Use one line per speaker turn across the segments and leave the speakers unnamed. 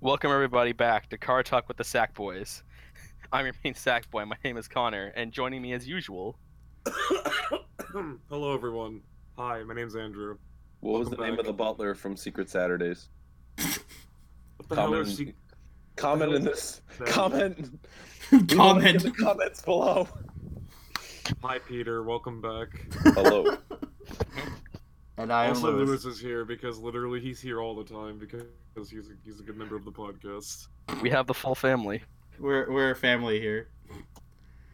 Welcome everybody back to Car Talk with the Sack Boys. I'm your main Sack Boy. My name is Connor, and joining me as usual,
Hello, everyone. Hi, my name's Andrew.
What was the
Welcome
name
back.
of the butler from Secret Saturdays?
What the hell
Comment,
is she?
comment
hell
in
is
this.
that?
Comment. We want it in
Comment.
the comments below.
Hi, Peter. Welcome back.
Hello.
And I am
also, Lewis
Lewis.
is here because literally he's here all the time because he's a, he's a good member of the podcast.
we have the full family.
We're we're a family here.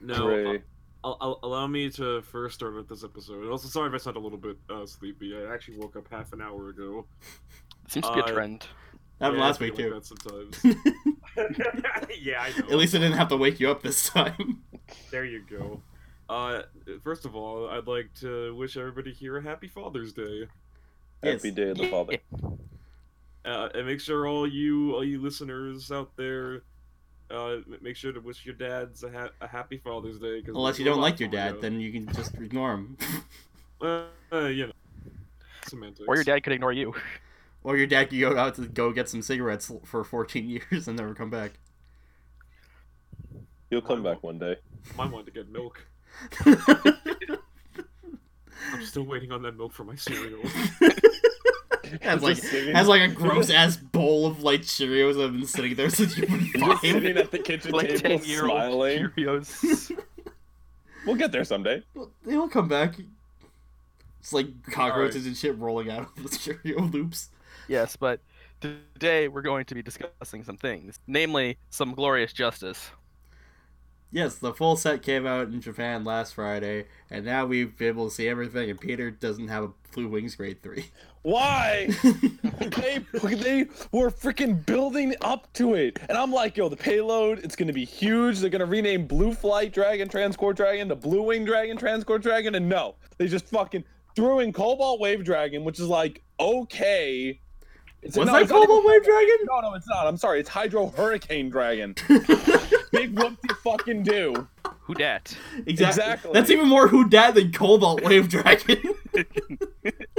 No, uh,
Hooray.
I'll, I'll, allow me to first start with this episode. Also, sorry if I sound a little bit uh, sleepy. I actually woke up half an hour ago.
Seems to be a
Uh,
trend.
That happened
Yeah, I
last week
feel
too.
like that sometimes. yeah, I know.
At least I didn't have to wake you up this time.
There you go. Uh, first of all, I'd like to wish everybody here a happy Father's Day.
Yes.
Happy Day of the Father.
uh, and make sure all you all you listeners out there uh, m- make sure to wish your dads a, ha- a happy Father's Day. 'cause
Unless you
there's a
don't
lot
like your
going
dad,
on.
then you can just ignore him.
uh, uh, you know, semantics.
Or your dad could ignore you.
or your dad could go out to go get some cigarettes for 14 years and never come back.
You'll come back one day.
Mine wanted to get milk. I'm still waiting on that milk for my cereal.
has
Just
like
sitting-
has like a gross ass bowl of like Cheerios that have been sitting there since you've been
just
five.
sitting at the kitchen
like
table
ten year old
smiling.
Cheerios.
We'll get there someday.
They'll come back. It's like cockroaches and shit rolling out of the Cheerio loops.
yes, but today we're going to be discussing some things, namely some glorious justice.
Yes, the full set came out in Japan last Friday, and now we've been able to see everything. And Peter doesn't have a Blue Wings grade three.
Why? they they were freaking building up to it, and I'm like, yo, the payload, it's gonna be huge. They're gonna rename Blue Flight Dragon, Transcore Dragon, the Blue Wing Dragon, Transcore Dragon, and no, they just fucking threw in Cobalt Wave Dragon, which is like okay. It's,
Was
no,
that
it's not even-
Global Wave Dragon?
No, no, it's not. I'm sorry. It's Hydro Hurricane Dragon. Big whoopty fucking do.
Who dat?
Exactly.
Exactly.
That's even more who dat than Cobalt Wave Dragon.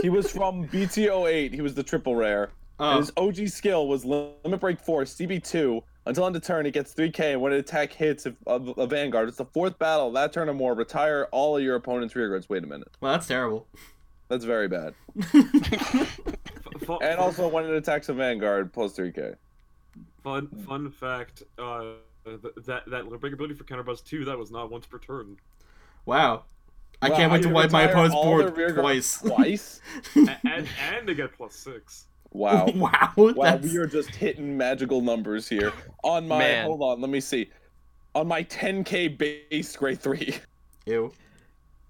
He was from BT08. He was the triple rare. And
Uh,
his OG skill was Limit Break 4, CB2. Until end of turn, it gets 3K, and when an attack hits a, a, a Vanguard, it's the fourth battle of that turn or more. Retire all of your opponent's rear guards. Wait a minute.
well, that's terrible.
That's very bad.
F- fu-
And also, when it attacks a Vanguard, plus 3K.
fun fun fact: uh, th- that that break ability for counterbuzz two that was not once per turn.
Wow. I
Wow,
can't wait to
you
wipe my
retire
opponent's
all
board
their rear guards
twice.
Twice?
A- and and to get plus six.
Wow.
wow.
Wow,
that's-
we are just hitting magical numbers here. On my
Man.
hold on, let me see. On my 10k base grade three.
Ew.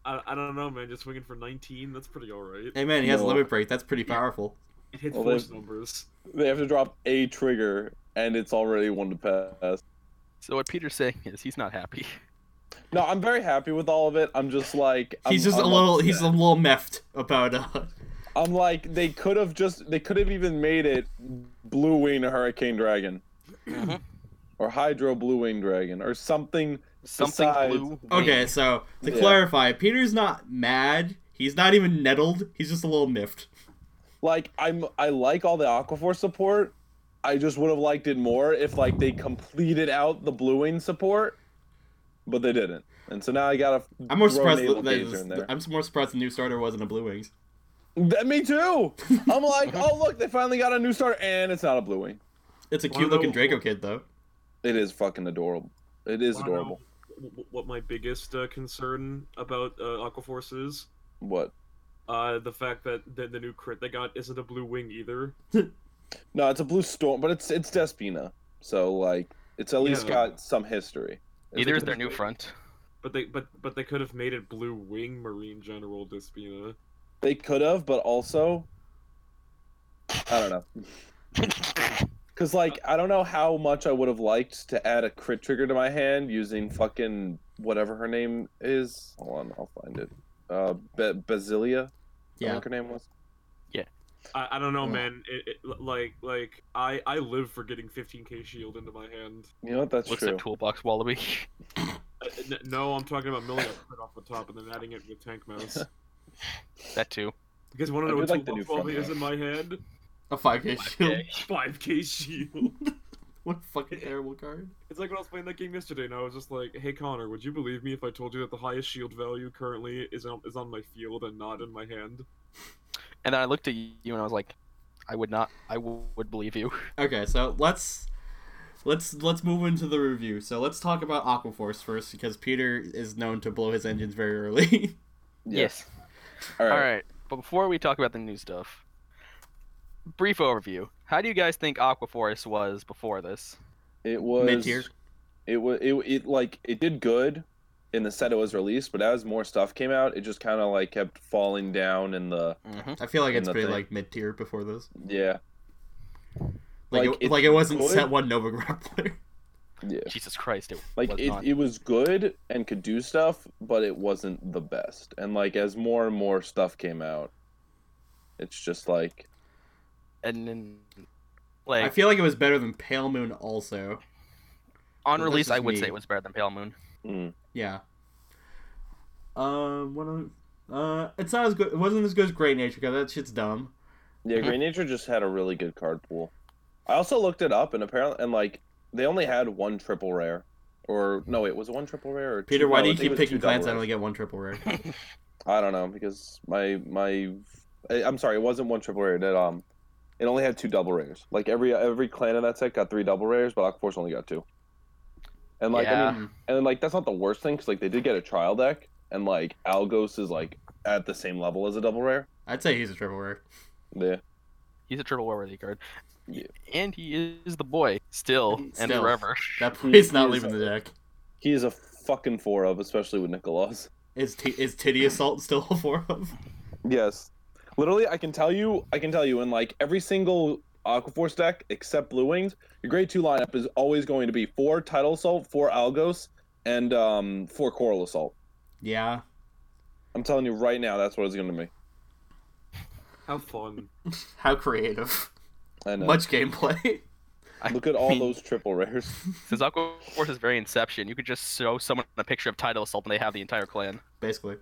I, I don't know, man. Just swinging for 19. That's pretty all right.
Hey man, he has a
No.
limit break. That's pretty powerful.
It hits
Well,
force
there's-
numbers.
They have to drop a trigger, and it's already one to pass.
So what Peter's saying is he's not happy.
No, I'm very happy with all of it. I'm just like
He's
I'm-
just a
I'm
little. He's
upset.
a little meffed about. Uh,
I'm like they could have just they could have even made it Blue Wing Hurricane Dragon, Mm-hmm.
Mhm.
or Hydro Blue Wing Dragon, or something.
Something
Besides-
blue.
Okay, so to
Yeah.
clarify, Peter's not mad. He's not even nettled. He's just a little miffed.
like I'm I like all the Aquaforce support. I just would have liked it more if like they completed out the Blue Wing support, but they didn't. And so now I gotta.
I'm more
throw
surprised
Navel
that, that
Gazer in there.
I'm more surprised the new starter wasn't a Blue Wings.
That- me too. I'm like, oh look, they finally got a new starter, and it's not a Blue Wing.
It's a
Wanna
cute looking
know-
Draco kid though.
It is fucking adorable. It is
Wanna know
adorable.
w- What my biggest uh, concern about uh, Aquaforce is
What?
uh, the fact that the, the new crit they got isn't a blue wing either.
No, it's a Blue Storm, but it's it's Despina, so like it's at least
Yeah.
got some history. It's
Neither
a-
is their new front.
But they but but they could have made it blue wing marine general Despina.
They could have, but also, I don't know. Cause like I don't know how much I would have liked to add a crit trigger to my hand using fucking whatever her name is. Hold on, I'll find it. Uh, Ba Basilia. I
Yeah.
think her name was.
I, I don't know,
Yeah.
man. It, it, l- like like I I live for getting 15k shield into my hand.
You know what? That's
What's
true.
their toolbox wallaby?
Uh, n- no, I'm talking about milling a crit off the top and then adding it with tank mouse.
that too.
You guys want
I
to know what
would like the new
toolbox
front
like is
row.
in my hand?
A 5k shield.
5K.
5k shield.
What fucking terrible card.
It's like when I was playing that game yesterday, and I was just like, "Hey Connor, would you believe me if I told you that the highest shield value currently is on, is on my field and not in my hand?"
And then I looked at you and I was like, I would not, I w- would believe you.
Okay, so let's let's let's move into the review. So let's talk about Aquaforce first because Peter is known to blow his engines very early.
Yes.
All right.
All right. But before we talk about the new stuff, brief overview. How do you guys think Aquaforce was before this?
It was
Mid-tier.
It was it, it like it did good in the set it was released, but as more stuff came out, it just kind of like kept falling down in the
Mm-hmm.
I feel like it's
Nothing.
pretty like mid tier before this.
yeah
Like
Like,
it,
it's
like it wasn't
good.
set one Nova Grappler.
yeah.
Jesus Christ, it
Like
was
it,
not.
it was good and could do stuff, but it wasn't the best. And like as more and more stuff came out, it's just like
and then, like,
I feel like it was better than Pale Moon also.
on
this
release,
is
I would
me.
say it was better than Pale Moon.
mm,
Yeah. Um, one of uh, it's not as good. It wasn't as good as Great Nature because that shit's dumb.
yeah.
Mm-hmm.
Mhm.
Green Nature just had a really good card pool. I also looked it up, and apparently, and like they only had one triple rare, or no, wait, was it one triple rare. Or
Peter,
two-
why
no,
do
I
you
think it
keep
was
picking
two double
plants that
rares.
only get one triple rare?
I don't know because my my I, I'm sorry, it wasn't one triple rare. That um, it only had two double rares. Like every every clan in that set got three double rares, but Aquaforce only got two. And like I
Yeah.
Hmm.
mean, and then, like that's not the worst thing because like they did get a trial deck, and like Algos is like at the same level as a double rare.
I'd say he's a triple rare.
Yeah,
He's a triple worthy card.
Yeah.
And he is the boy, still, and
Still.
forever.
That
He-
plate's not
he is
leaving the deck.
he is a fucking four of, especially with Nicolas.
Is t- is titty assault still a four of?
Yes, literally, I can tell you, I can tell you, in like every single Aquaforce deck except Blue Wings, your grade two lineup is always going to be four Tidal Assault, four Algos, and um four Coral Assault.
Yeah.
I'm telling you right now, that's what it's going to be.
Have fun.
How creative.
I know.
Much gameplay.
uh, Look at
I
all
mean,
those triple rares.
Since Aquaforce's very inception, you could just show someone a picture of Tidal Assault and they have the entire clan.
Basically.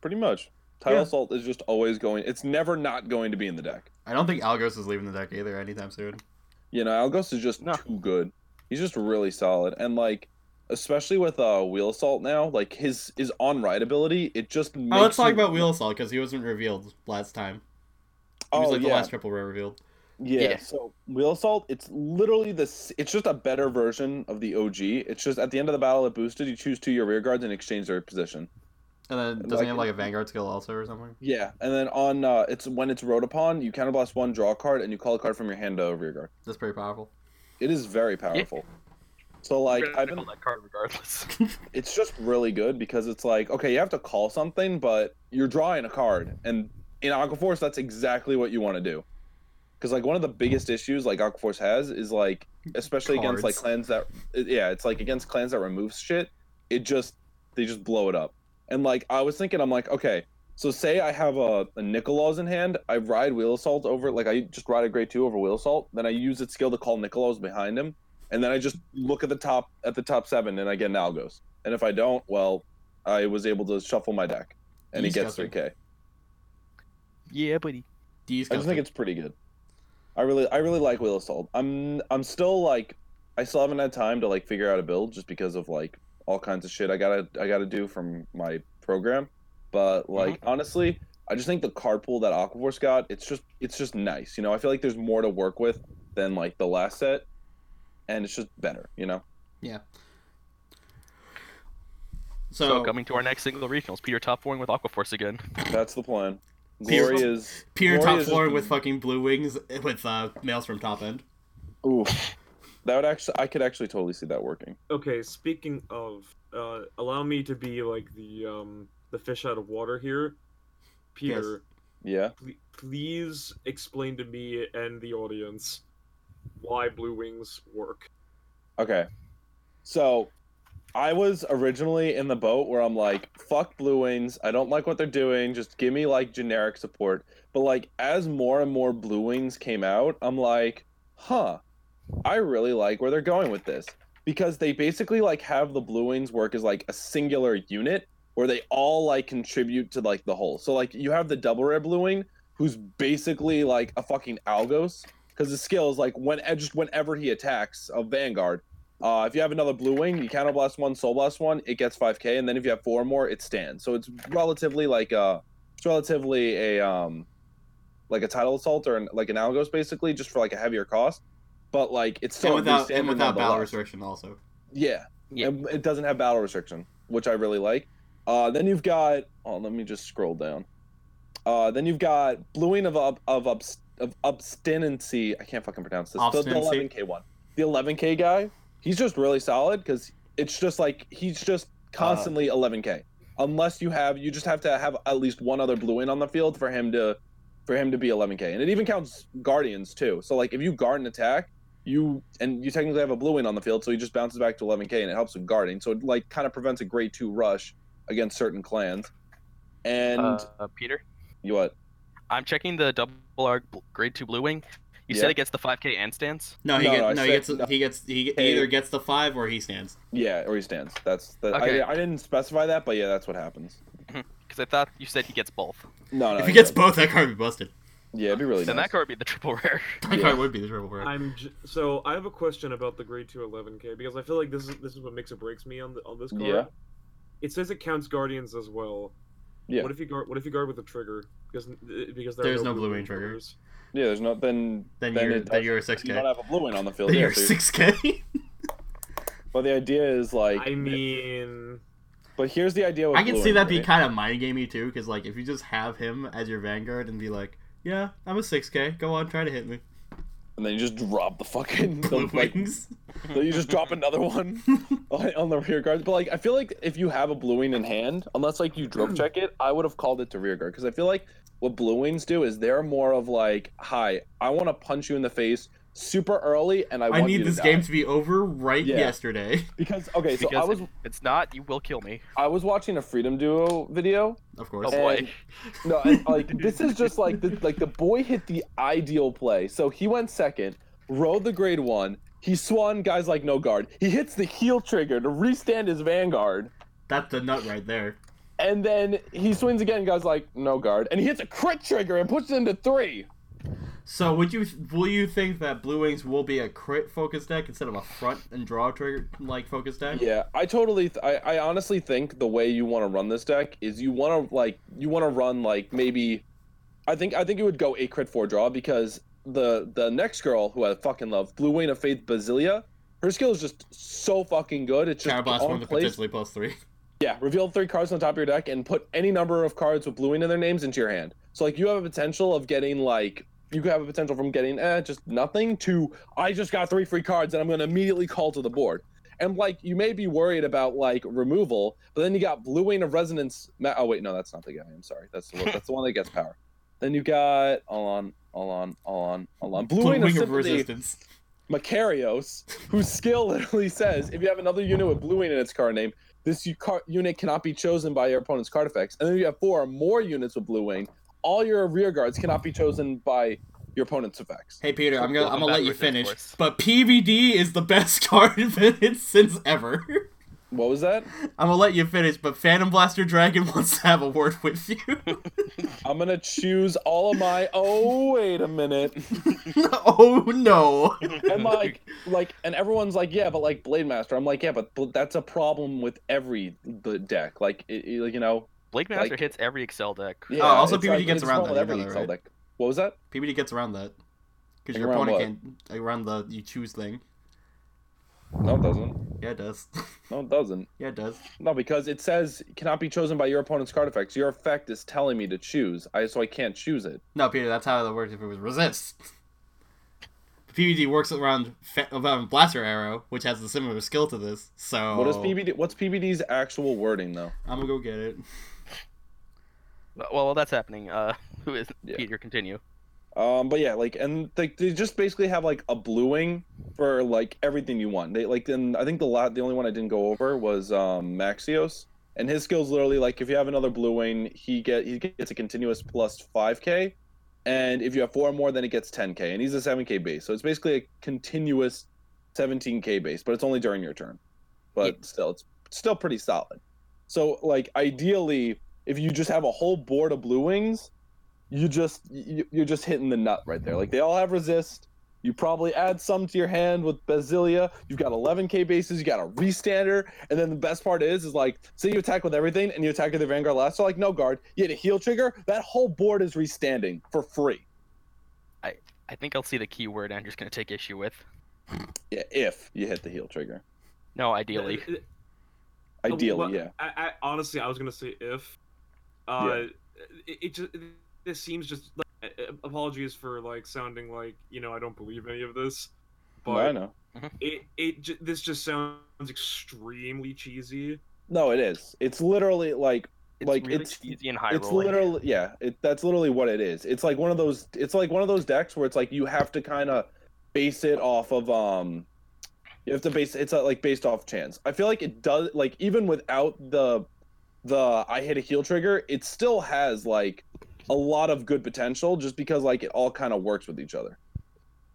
Pretty much, Tidal
Yeah.
Assault is just always going. It's never not going to be in the deck.
I don't think Algos is leaving the deck either anytime soon.
You know, Algos is just
No.
too good. He's just really solid, and like, especially with uh Wheel Assault now, like his his on ride ability, it just. Makes
Oh, let's talk
you-
about Wheel Assault because he wasn't revealed last time. He
Oh
was like
yeah,
the last triple rare revealed.
yeah.
Yeah.
So Wheel Assault, it's literally this. It's just a better version of the OG. It's just at the end of the battle, it boosted. You choose two of your rear guards and exchange their position.
And then doesn't he have like a Vanguard skill also or something?
Yeah, and then on uh, it's when it's rode upon, you counter blast one, draw a card, and you call a card from your hand to a rear guard.
That's pretty powerful.
It is very powerful. So like
You're gonna
I've been,
hold that card regardless.
it's just really good because it's like okay, you have to call something, but you're drawing a card, and in Aquaforce, that's exactly what you want to do. Because like one of the biggest issues like Aquaforce has is like especially against like clans that yeah, it's like against clans that remove shit, it just they just blow it up. And like I was thinking, I'm like, okay, so say I have a, a Nicolaus in hand, I ride Wheel Assault over like I just ride a grade two over Wheel Assault, then I use its skill to call Nicolaus behind him, and then I just look at the top at the top seven and I get an Algos. And if I don't, well, I was able to shuffle my deck. And he gets
Disgusting.
3K.
yeah, buddy.
D's
I just think
custom.
it's pretty good. I really, I really like Wheel of Salt. I'm, I'm still like, I still haven't had time to like figure out a build just because of like all kinds of shit I gotta, I gotta do from my program. But like honestly, I just think the card pool that Aquaforce got, it's just, it's just nice. You know, I feel like there's more to work with than like the last set, and it's just better. You know.
Yeah.
So,
So,
coming to our next single regionals, Peter top fouring with Aquaforce again.
That's the plan.
Peter-
Glory is
Peter
Glory
top
is just-
floor with fucking blue wings with uh, males from top end.
Ooh, that would actually I could actually totally see that working.
Okay, speaking of, uh, allow me to be like the um the fish out of water here, Peter.
Yeah.
Ple- please explain to me and the audience why Blue Wings work.
Okay. So I was originally in the boat where I'm like, fuck Blue Wings. I don't like what they're doing. Just give me like generic support. But like as more and more Blue Wings came out, I'm like, huh, I really like where they're going with this. Because they basically like have the Blue Wings work as like a singular unit where they all like contribute to like the whole. So like you have the double rare Blue Wing who's basically like a fucking Algos because his skill is like when eh, just whenever he attacks a Vanguard. Uh, if you have another blue wing, you counter blast one, soul blast one, it gets 5k, and then if you have four or more, it stands. So it's relatively like a, it's relatively a um, like a title assault or an, like an Algos basically, just for like a heavier cost. But like it's still
and
a
without
restander
and without battle
nonetheless.
restriction also.
Yeah.
Yeah.
And It doesn't have battle restriction, which I really like. Uh, then you've got. Oh, let me just scroll down. Uh, then you've got bluing of ob- of obst- of obstinacy. I can't fucking pronounce this. The- The
Obstinacy.
eleven k one. The eleven k guy. He's just really solid because it's just like he's just constantly eleven k. Unless you have, you just have to have at least one other blue in on the field for him to, for him to be eleven k. And it even counts guardians too. So like if you guard and attack, you and you technically have a blue in on the field, so he just bounces back to 11k and it helps with guarding. So it like kind of prevents a grade two rush against certain clans. And
Uh, uh, Peter,
you what?
I'm checking the double R bl- grade two blue wing. You
Yeah.
said it gets the 5K and stance.
No, he
No,
get-
no, I
no, he
said-
gets
no.
he gets he, he
Hey.
either gets the five or he stands.
Yeah, or he stands. That's that.
Okay.
I, I didn't specify that, but yeah, that's what happens.
Because I thought you said he gets both.
No, no.
if he gets
doesn't.
both, that card would be busted.
yeah, it'd be really
then
nice.
that card would be the triple rare.
That
Yeah.
card would be the triple rare.
I'm j- so I have a question about the grade two 11k because I feel like this is this is what makes or breaks me on the, on this card.
Yeah.
It says it counts guardians as well.
Yeah.
What if you guard? What if you guard with a trigger? Because uh, because there are
There's no blue
blue
wing trigger.
triggers.
yeah, there's no then.
Then
then
you're
it
then you're a
doesn't-
six
You don't
K.
have a blue in on the field.
Then
Yeah,
you're
so you-
six K.
but the idea is like.
I mean,
But here's the idea. With
I can
blue
see
in,
that be
right?
kind of mind gamey too, because like if you just have him as your vanguard and be like, yeah, I'm a six K. Go on, try to hit me.
And then you just drop the fucking the,
Blue
like,
wings.
So you just drop another one on on the rear guard. But like, I feel like if you have a blue wing in hand, unless like you drop check it, I would have called it to rear guard because I feel like what blue wings do is they're more of like, "Hi, I want to punch you in the face super early, and I,
I
want you
need
to
this
die."
game to be over right
Yeah.
yesterday.
because okay, so
because
I was
if it's not, you will kill me.
I was watching a Freedom Duo video.
Of
Oh
course.
boy.
And- No, and, like this is just like the like the boy hit the ideal play. So he went second, rode the grade one. He swung guys like no guard. He hits the heel trigger to restand his vanguard.
That's the nut right there.
And then he swings again, guy's like, no guard. And he hits a crit trigger and puts it into three.
So would you will you think that Blue Wings will be a crit focus deck instead of a front and draw trigger like focus deck?
Yeah, I totally, th- I, I honestly think the way you want to run this deck is you want to, like, you want to run, like, maybe, I think, I think it would go eight crit four draw because the, the next girl who I fucking love, Blue Wing of Faith Basilia, her skill is just so fucking good. It's just
Carablast one
on
to
place.
potentially plus three.
Yeah, reveal three cards on top of your deck and put any number of cards with blue wing in their names into your hand. So like you have a potential of getting like you could have a potential from getting eh, just nothing to I just got three free cards and I'm gonna immediately call to the board. And like you may be worried about like removal, but then you got blue wing of resonance. Ma- oh wait, no, that's not the guy. I'm sorry, that's the one, that's the one that gets power. Then you got all on, all on, all on, all on. Blue,
Blue
wing,
Wing
of,
of
Sympathy,
Resistance.
Macarios, whose skill literally says if you have another unit with blue wing in its card name, this u- car- unit cannot be chosen by your opponent's card effects. And then you have four or more units with blue wing, all your rear guards cannot be chosen by your opponent's effects.
Hey Peter, I'm gonna
Welcome
I'm gonna let you
backwards, of
finish.
course.
But PVD is the best card in since ever.
What was that?
I'm gonna let you finish, but Phantom Blaster Dragon wants to have a word with you.
I'm gonna choose all of my. Oh wait a minute.
oh no!
And like, like, and everyone's like, yeah, but like Blade Master. I'm like, yeah, but bl- that's a problem with every the deck. Like, it, it- you know.
Blade Master
Like-
hits every Excel deck.
Yeah,
Oh, also
it's
PvD
like-
gets
it's
around
wrong with
that, you
every
know that,
Excel
right?
deck. What was that?
PVD gets around that because
Like
your
around
opponent can around the you choose thing.
No, it doesn't.
Yeah, it does.
No, it doesn't.
yeah, it does.
No, because it says cannot be chosen by your opponent's card effects. Your effect is telling me to choose, I so I can't choose it.
No, Peter, that's how that works if it was resist. PVD works around fa- around Blaster Arrow, which has a similar skill to this. So
What is PBD? What's PBD's actual wording though?
I'm gonna go get it.
Well, while that's happening, uh, who is
Yeah.
Peter? Continue.
Um, but yeah, like, and like they just basically have like a bluing for like everything you want. They like, then I think the lot, the only one I didn't go over was um Maxios, and his skills literally like if you have another bluing, he get he gets a continuous plus five k, and if you have four or more, then it gets ten k, and he's a seven k base, so it's basically a continuous seventeen k base, but it's only during your turn. But still, it's still pretty solid. So like ideally, if you just have a whole board of blue wings you just you, you're just hitting the nut right there. Like they all have resist. You probably add some to your hand with Basilia. You've got 11k bases. You got a restander, and then the best part is, is like, say you attack with everything, and you attack with the Vanguard last, so like no guard. You hit a heal trigger. That whole board is restanding for free.
I think I'll see the key word Andrew's gonna take issue with.
Yeah, if you hit the heal trigger.
No, ideally.
Th- th-
Ideally,
well,
yeah.
uh, oh, I, I, honestly, I was gonna say if. Uh, it, it just this seems just like, uh, apologies for like sounding like you know I don't believe any of this,
No, I
but
know.
it it ju- this just sounds extremely cheesy.
No, it is. It's literally like
It's
like,
really
it's-
cheesy and high
it's
rolling.
literally yeah it, that's literally what it is it's like one of those it's like one of those decks where it's like you have to kind of base it off of um you have to base it's uh, like based off chance i feel like it does like even without the the i hit a heal trigger it still has like a lot of good potential just because like it all kind of works with each other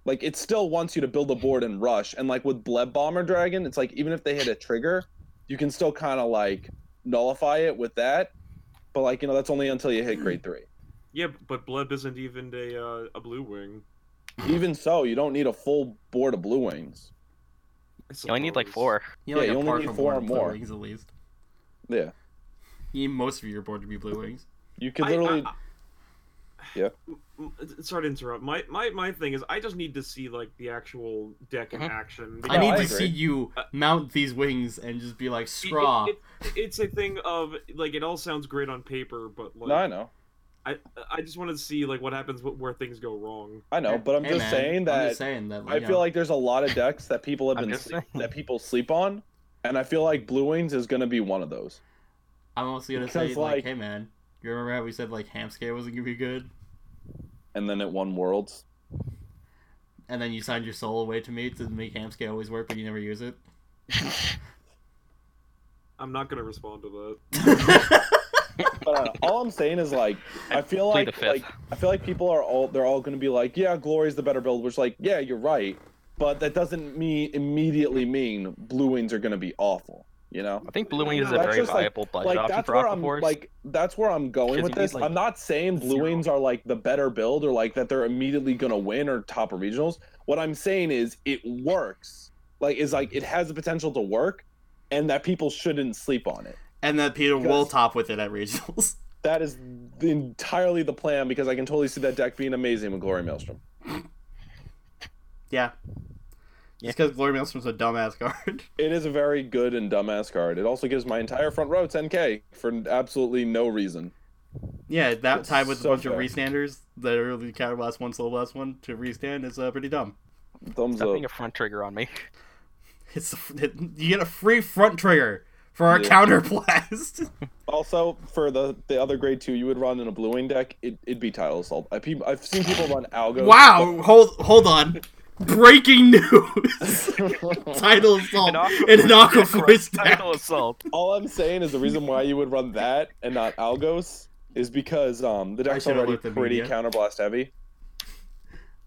like it still wants you to build a board and rush and like with bleb bomber dragon it's like even if they hit a trigger you can still kind of like nullify it with that but like you know that's only until you hit grade three
Yeah, but Bleb isn't even a uh, a blue wing.
even so you don't need a full board of blue wings
You only need like four.
You only
Yeah, you
get
only
partial
need four
board
or
blue
more.
wings at least.
yeah
You need most of your board to be blue wings.
you could
I-
literally
I-
Yeah.
M- m- Sorry to interrupt. My, my my thing is, I just need to see like the actual deck in
Mhm.
action.
Mm-hmm. I Uh,
No,
need
I
to
agree.
see you mount these wings and just be like,
It-
straw.
It, it- it's a thing of like it all sounds great on paper, but like
no i know
I, I just want to see like what happens wh- where things go wrong.
i know but i'm
Hey,
just
man,
saying that
I'm just saying that.
i
you
feel
know,
like there's a lot of decks that people have
I'm
been
just
sleep-
saying.
that people sleep on and i feel like blue wings is going to be one of those
I'm also gonna
because,
say like,
like-
hey man, you remember how we said like Hamscale wasn't gonna be good,
and then it won worlds
and then you signed your soul away to me to make Hamscale always work, but you never use it.
I'm not gonna respond to that.
but uh, all i'm saying is like i feel
plead the
like
fifth.
like i feel like people are all they're all going to be like yeah glory's the better build which like yeah you're right but that doesn't mean immediately mean blue wings are going to be awful you know
I think Blue Wing is a
That's
very
just, like-
viable budget
like
option
that's
for
where I'm
Aquaforce.
like that's where I'm going
Because
with
you need,
this.
like,
I'm not saying Blue
zero.
Wings are like the better build or like that they're immediately gonna win or top of regionals. What I'm saying is it works. Like is like it has the potential to work, and that people shouldn't sleep on it.
and then Peter will
Because-
top with it at regionals.
That is the- entirely the plan because I can totally see that deck being amazing with Glory Maelstrom.
yeah,
Yeah.
just because Glory Maelstrom's a dumbass card.
It is a very good and dumbass card. It also gives my entire front row 10k for absolutely no reason.
yeah, that
It's
tied with a
so
bunch of
fair.
restanders that are really counter blast one, slow blast one to restand is uh, pretty dumb.
Thumbs
Stop
up.
being a front trigger on me.
It's you get a free front trigger for our
Yeah.
counter blast.
Also, for the the other grade two, you would run in a blue wing deck. It, it'd be title assault. I, pe- I've seen people run algo.
Wow, hold hold on. Breaking news. Title assault in an
Yeah,
Aquaforce
correct.
deck.
Tidal assault.
All I'm saying is the reason why you would run that and not algos is because um the deck's
should've
already
looked at
pretty
media.
counterblast heavy.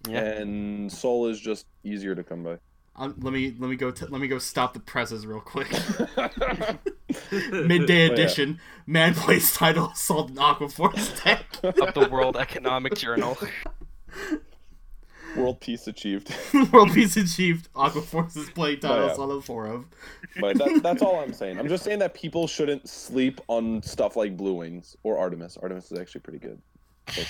Yeah.
And soul is just easier to come by.
Um, let me let me go t- let me go stop the presses real quick.
Oh,
Midday
yeah.
edition. Man plays title assault in Aquaforce deck.
Oh,
of the World Economic Journal.
World peace achieved.
World peace achieved. Aquaforce is playing title
yeah.
assault on four of.
but that, that's all I'm saying. I'm just saying that people shouldn't sleep on stuff like blue wings or Artemis. Artemis is actually pretty good.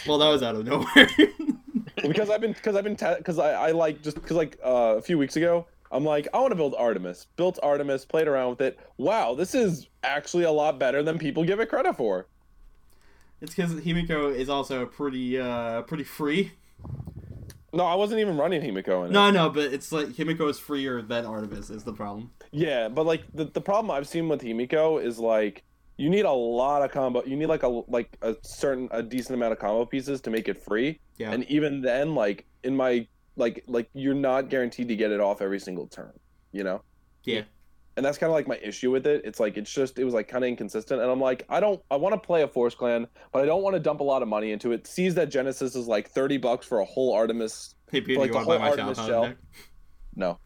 Well, that was out of nowhere.
because I've been because I've been because I, I like just because like uh, a few weeks ago I'm like I want to build Artemis. Built Artemis, played around with it. Wow, this is actually a lot better than people give it credit for.
it's because Himiko is also pretty uh pretty free.
No, I wasn't even running Himiko in it.
No, no, but it's like Himiko is freer than Artemis is the problem.
Yeah, but like the, the problem I've seen with Himiko is like you need a lot of combo. You need like a like a certain a decent amount of combo pieces to make it free.
Yeah.
And even then, like in my like like you're not guaranteed to get it off every single turn. You know.
yeah.
and that's kind of like my issue with it. It's like it's just it was like kind of inconsistent, and I'm like I don't I want to play a Force Clan, but I don't want to dump a lot of money into it. Sees that Genesis is like thirty bucks for a whole Artemis.
Hey Peter,
Like
you
the
want to buy
whole
my
Artemis
Shalcon
shell.
deck?
No,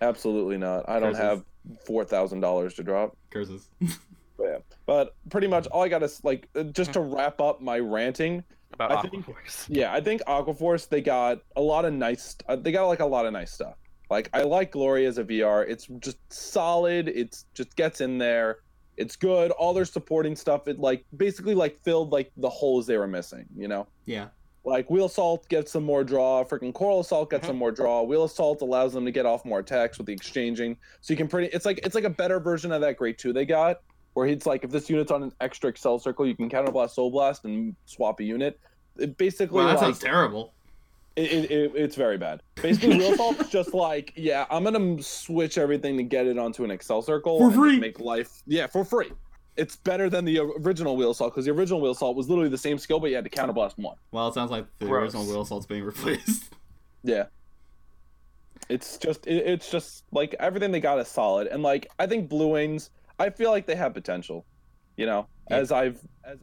absolutely not. I don't
Curses.
have four thousand dollars to drop.
Curses.
But, yeah. but pretty much all I got is like uh, just to wrap up my ranting.
about
I
Aqua
think-
Force.
Yeah, I think Aquaforce they got a lot of nice. Uh, they got like a lot of nice stuff. Like I like Glory as a VR. It's just solid. It's just gets in there. It's good. All their supporting stuff. It like basically like filled like the holes they were missing. You know.
Yeah.
Like Wheel Assault gets some more draw, freaking Coral Assault gets
Mhm.
some more draw. Wheel Assault allows them to get off more attacks with the exchanging, so you can pretty. It's like it's like a better version of that Great Two they got, where it's like if this unit's on an extra Excel circle, you can counterblast Soul Blast and swap a unit. It basically,
Wow, that
like,
sounds terrible.
it, it, it, it's very bad. Basically, Wheel Assault's just like, yeah, I'm gonna switch everything to get it onto an Excel circle
For
and just
free.
make life, yeah, for free. It's better than the original Wheel Assault because the original Wheel Assault was literally the same skill, but you had to counterblast one.
Well, it sounds like the
Gross.
original Will Salt's being replaced.
Yeah. It's just it, it's just like everything they got is solid, and like I think Blue Wings, I feel like they have potential. You know,
Yeah.
as I've as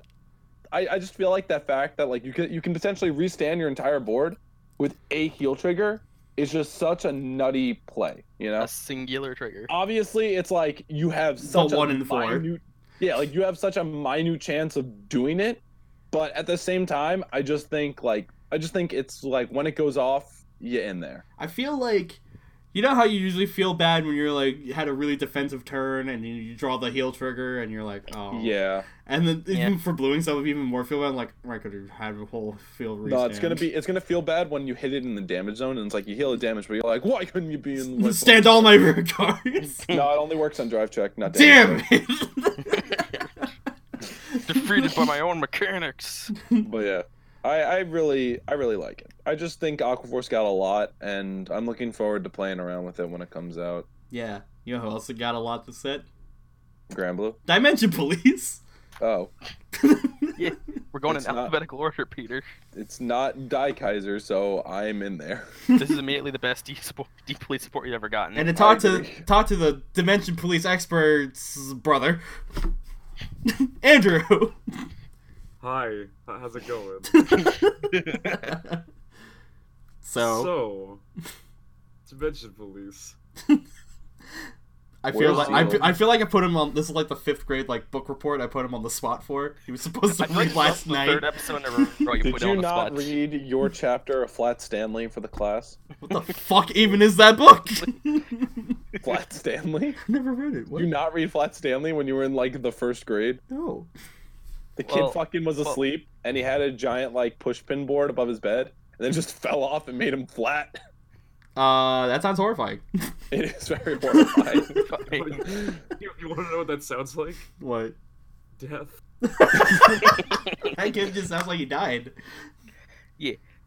I, I just feel like that fact that like you can you can potentially restand your entire board with a heel trigger is just such a nutty play. You know,
A singular trigger.
obviously it's like you have such
one
a
in four.
minute- yeah, like you have such a minute chance of doing it, but at the same time, I just think like I just think it's like when it goes off, you're in there.
I feel like you know how you usually feel bad when you're like you had a really defensive turn and you, you draw the heel trigger and you're like, oh
Yeah.
And then
Yeah.
even for bluing, I would even more feel bad. Like I could have had a whole field.
No, it's gonna
restand.
be it's gonna feel bad when you hit it in the damage zone and it's like you heal the damage, but you're like, why couldn't you be in? Like,
stand all my rear guards.
No, it only works on drive check, not damage.
Damn it!
Defeated by my own mechanics.
zone. But yeah, I I really I really like it. I just think Aquaforce got a lot, and I'm looking forward to playing around with it when it comes out.
yeah, you know who else got a lot to set?
Granblue.
Dimension Police.
Oh,
We're going
It's
in
not-
alphabetical order, Peter.
it's not Die Kaiser, so I'm in there.
This is immediately the best D support, D police support you've ever gotten.
And to talk to
agree.
talk to the Dimension Police expert's brother, Andrew.
Hi, h- how's it going? so
so,
Dimension Police.
I
Where
feel
is
like
he
I,
going?
I feel like I put him on. This is like the fifth grade like book report. I put him on the spot for. He was supposed to
I feel like
read last
the
night.
third episode in a row you
Did
put it on
you
the
not
spot.
read your chapter of Flat Stanley for the class?
What the fuck even is that book?
Flat Stanley?
Never read it. What?
You not read Flat Stanley when you were in like the first grade?
No.
The kid
Well,
fucking was
well-
asleep and he had a giant like pushpin board above his bed and then just fell off and made him flat.
Uh, that sounds horrifying.
It is very horrifying.
Fucking-
You, you want to know what that sounds like?
what?
Death.
That kid just sounds like he died.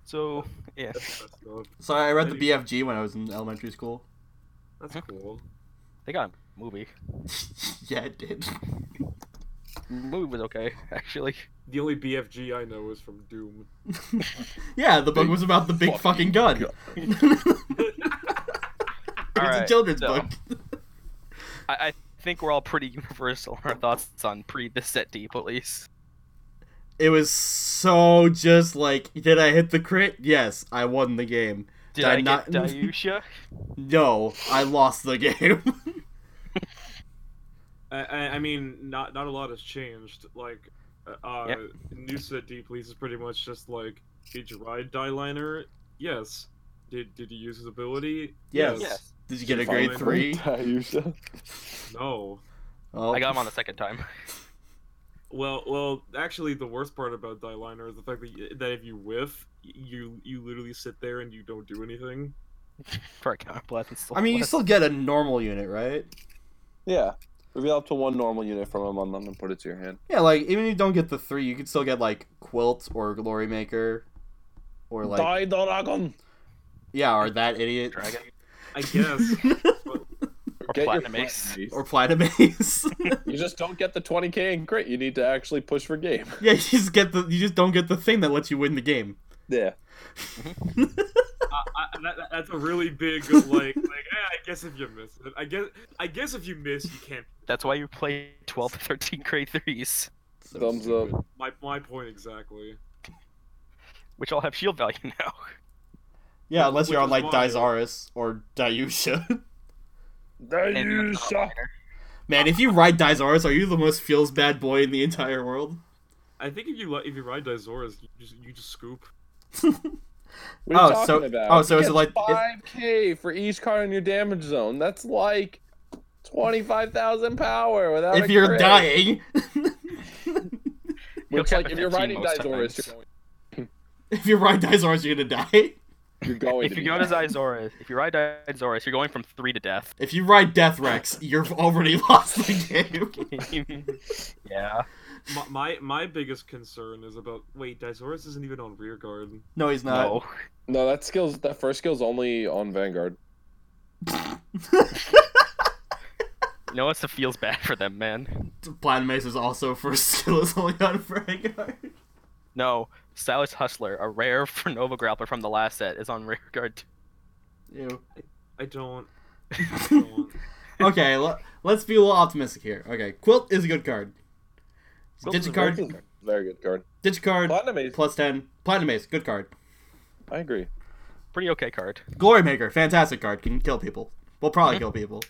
so, yeah.
That's messed up.
So I read the BFG when I was in elementary school.
That's cool.
They got a movie.
yeah, it did.
movie was okay, actually.
The only BFG I know is from Doom.
Yeah, the book was about the big
fucking
fucking, gun.
gun.
it's a
Alright,
children's
so-
book.
I, I think we're all pretty universal in our thoughts on pre the set D police.
It was so just like, did I hit the crit? Yes, I won the game.
Did
Did I
I get
not-
Dayusha?
No, I lost the game.
I, I, I mean, not not a lot has changed. Like, uh, uh
Yeah.
Noosa D Police is pretty much just like, did you ride Dyliner? Yes. Did did you use his ability?
Yes.
Yes.
did you get a grade
Fine.
three?
Ayusha.
No.
Oh,
I got him on the second time.
Well, well, actually, the worst part about Dyliner is the fact that, y- that if you whiff, y- you you literally sit there and you don't do anything.
For a counterblast and still
I mean, you
blast.
still get a normal unit, right?
Yeah. Reveal up to one normal unit from among them and put it to your hand.
Yeah, like even if you don't get the three, you can still get like Quilt or Glory Maker, or like
Die Dragon!
yeah, or that idiot
Dragon.
I guess.
or
Get your
platinum ace.
flat-
or Platymace.
You just don't get the 20k and crit. You need to actually push for game.
yeah, you just get the you just don't get the thing that lets you win the game.
Yeah.
I, that, that- that's a really big like like. eh, I guess if you miss it, I guess I guess if you miss, you can't.
That's why you play 12 13 grade 3s,
So
Thumbs
stupid.
up.
My my point exactly.
which all have shield value now.
Yeah, unless you're
Which
on
is
like
why-
Dizaris or Dayusha.
And you're not a
Dayusha!
minor.
Man, if you ride Dizaurus, are you the most feels bad boy in the entire world?
I think if you li- if you ride Dizoras, you just you just scoop.
What are you
Oh,
talking
so-
about?
oh, so
You
is it
get
like- is-
5k for each card in your damage zone? That's like 25,000 power without
if
a
you're
crit.
dying,
Which,
You'll
like,
have
if
15
you're riding
most times.
Dizoris, you're going,
if you ride Dizaurus, you're gonna die.
you're going
If
to
you
be
go to
dying.
Dizoris, if you ride Dizoris, you're going from three to death.
If you ride Death Rex, you've already lost the game.
yeah.
My, my my biggest concern is about wait, Dizoras isn't even on rear guard.
No, he's not.
No.
No, that skill's that first skill's only on Vanguard.
You know what's the feels bad for them, man?
Blind Mace is also first skill is only on Fragar.
No. Silas Hustler, a rare for Nova Grappler from the last set, is on rear guard. too.
Ew.
I don't. I
Oh,
don't.
okay, le- let's be a little optimistic here. Okay, Quilt is a good card.
Quilt is a
Digicard,
Very good card.
Digicard,
Platinum Ace,
plus 10. Platinum Mace, good card.
I agree.
Pretty okay card.
Glory Maker, fantastic card. Can kill people. Will probably kill people.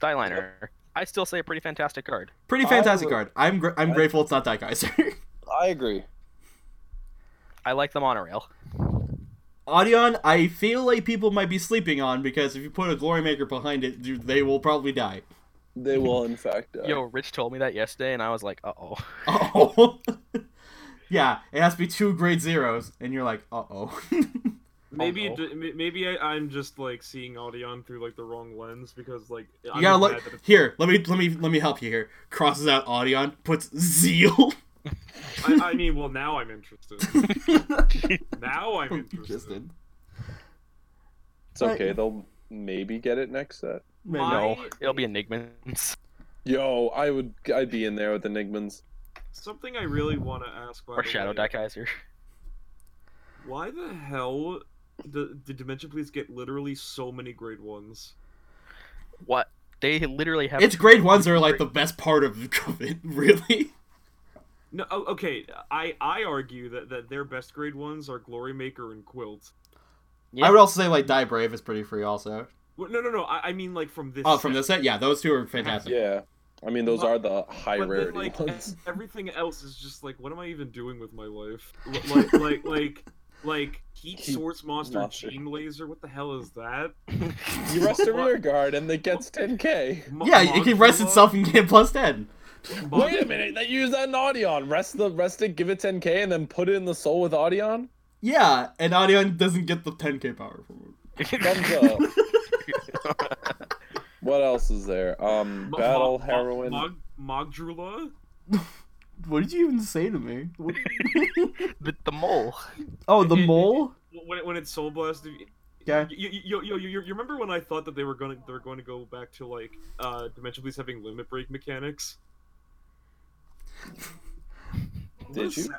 Styliner. I still say a pretty fantastic card.
Pretty
I
fantastic
would-
card. I'm gr- I'm
I-
grateful it's not that Geyser.
I agree.
I like the monorail.
Audion, I feel like people might be sleeping on because if you put a Glory Maker behind it, you- they will probably die.
They will, in fact. Uh,
Yo, Rich told me that yesterday, and I was like, uh oh.
Oh. yeah, it has to be two grade zeros, and you're like, uh oh.
Maybe
no.
it ju- may- maybe I, I'm just like seeing Audion through like the wrong lens because like
You
I'm
gotta
just
look
mad that it's-
here. Let me let me let me help you here. Crosses out Audion, puts Zeal.
I, I mean, well now I'm interested. now I'm interested.
Interested.
it's okay. They'll maybe get it next set.
I-
No, it'll be Enigmans.
Yo, I would. I'd be in there with the Nigmans.
Something I really want to ask. By
Or
the
Shadow
way,
Deck Geyser.
Why the hell did, did Dementia Please get literally so many grade ones?
What? They literally have.
It's grade ones that are like the best part of it, really.
No, oh, okay. I I argue that that their best grade ones are Glory Maker and Quilt.
Yeah.
I would also say like Die Brave is pretty free also.
Well, no, no, no. I, I mean like from this.
Oh, from
set.
the set, yeah, those two are fantastic.
Yeah. I mean, those are the high
But
rarity
then, like,
ones.
ev- everything else is just like, what am I even doing with my life? L- Like, like, like, like Heat
Heat
Source Monster,
Monster.
Gene Laser. What the hell is that?
You rest a
What?
rear guard and it gets 10k.
Mo-
Yeah, it can rest
Moncula?
itself and get plus ten.
Mon-
Wait a minute, they use that in Audion. Rest the rest it, give it 10k, and then put it in the soul with Audion.
Yeah, and Audion doesn't get the 10k power from
Thumbs up. what else is there? Um,
Mo-
battle
Mo-
heroine.
Mog- Mogdrula?
it. What did you even say to me? What-
the, the mole.
oh, the
It- it-
mole.
When it, when it's Soul Blast. if-
Yeah.
You, you, you, you, you you remember when I thought that they were going to they were going to go back to like uh Dimension Police having limit break mechanics?
Did you?